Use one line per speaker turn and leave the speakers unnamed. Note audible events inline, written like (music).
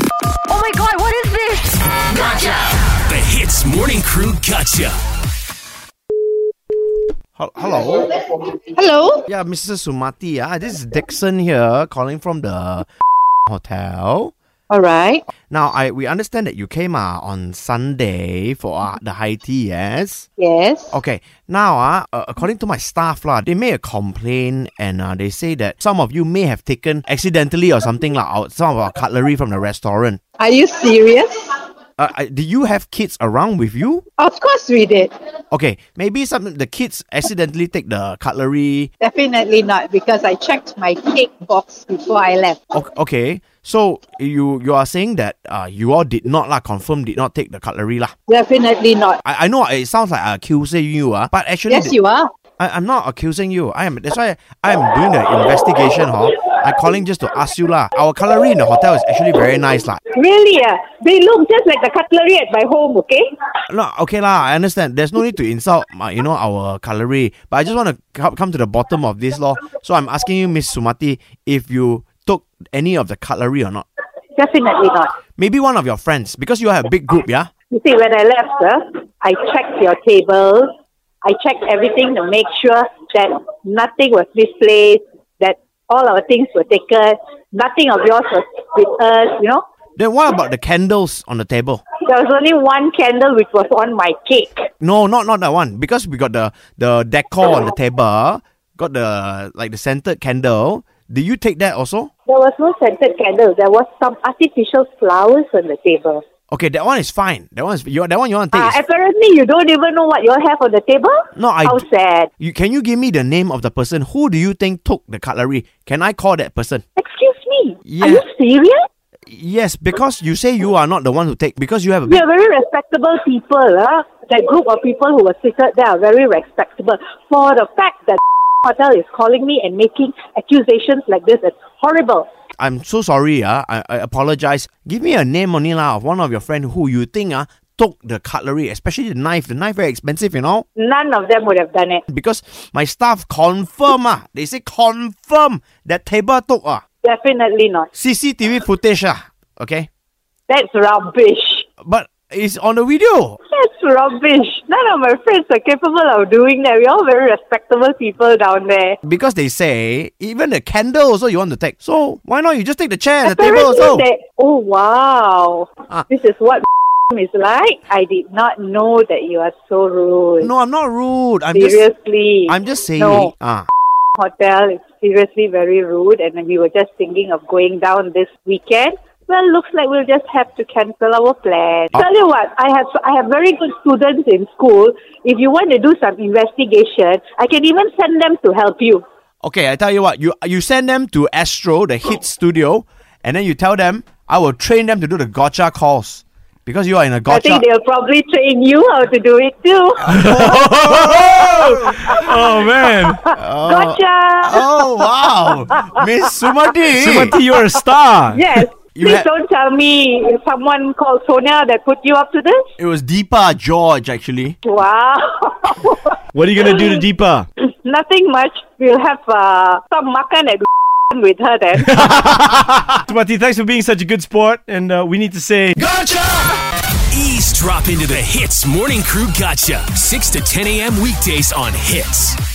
Oh my god, what is this?
The Hits Morning Crew Gotcha.
Hel- Hello.
Hello.
Yeah, Mr. Sumati. Ah, this is Dixon here calling from the (laughs) hotel.
All right.
Now, I we understand that you came uh, on Sunday for uh, the high tea, yes?
Yes.
Okay. Now, uh, uh, according to my staff, lah, they made a complaint and uh, they say that some of you may have taken accidentally or something like out some of our cutlery from the restaurant.
Are you serious?
Uh, uh, do you have kids around with you?
Of course we did.
Okay, maybe some the kids accidentally take the cutlery
Definitely not because I checked my cake box before I left.
O- Okay, so you you are saying that uh, you all did not lah confirm did not take the cutlery lah.
Definitely not.
I, I know it sounds like I accusing you ah, but actually
Yes,
the-
you are.
I, I'm not accusing you. I am that's why I am doing the investigation, huh? I'm calling just to ask you lah. Our cutlery in the hotel is actually very nice lah.
Really, yeah. They look just like the cutlery at my home, okay?
No, okay lah. I understand. There's no need to insult my, you know our cutlery, but I just want to come to the bottom of this law. So I'm asking you, Miss Sumati, if you took any of the cutlery or not.
Definitely not.
Maybe one of your friends because you have a big group, yeah.
You see, when I left, sir, I checked your tables. I checked everything to make sure that nothing was misplaced, that all our things were taken, nothing of yours was with us, you know?
Then what about the candles on the table?
There was only one candle which was on my cake.
No, not not that one. Because we got the the decor on the table, got the like the scented candle. Did you take that also?
There was no scented candle. There was some artificial flowers on the table.
Okay, that one is fine. That one is you, that one you want to take.
Uh,
is-
apparently, you don't even know what you all have on the table?
No, I
How
d-
sad.
you can you give me the name of the person who do you think took the cutlery? Can I call that person?
Excuse me.
Yeah.
Are you serious?
Yes, because you say you are not the one who take because you have a
We
big
are very respectable people. Huh? That group of people who were seated there are very respectable. For the fact that (laughs) hotel is calling me and making accusations like this, it's horrible.
I'm so sorry, uh, I, I apologize. Give me a name only lah of one of your friend who you think uh, took the cutlery, especially the knife. The knife very expensive, you know?
None of them would have done it.
because my staff confirm ah, they say confirm that table took ah
Definitely not.
CCTV footage ah, okay,
That's rubbish.
but it's on the video.
That's rubbish. None of my friends are capable of doing that. We're all very respectable people down there.
Because they say even the candle also you want to take, so why not you just take the chair, and the table
Apparently
also?
they- oh, wow.
Ah.
This is what (laughs) is like. I did not know that you are so rude.
No, I'm not rude. I'm just
Seriously.
I'm just saying
No.
ah.
hotel is seriously very rude and we were just thinking of going down this weekend. Well, looks like we'll just have to cancel our plan.
Oh.
Tell you what, I have I have very good students in school. If you want to do some investigation, I can even send them to help you.
Okay, I tell you what, you you send them to Astro, the hit studio, and then you tell them I will train them to do the gotcha calls because you are in a
I
gotcha.
think they'll probably train you how to do it
(laughs)
too.
Oh man,
gotcha.
Oh wow, Miss Sumati.
Sumati, you're a star.
Yes.
(laughs) You
Please
had-
don't tell me someone called Sonia that put you up to this.
It was Deepa George actually.
Wow. (laughs)
What are you gonna do to Deepa?
Nothing much. We'll have uh, some makan at (laughs) with her then.
Sumati, thanks for being such a good sport, and uh, we need to say
Ease drop into the Hits Morning Crew Gotcha. 6 to 10 a.m. weekdays on Hits.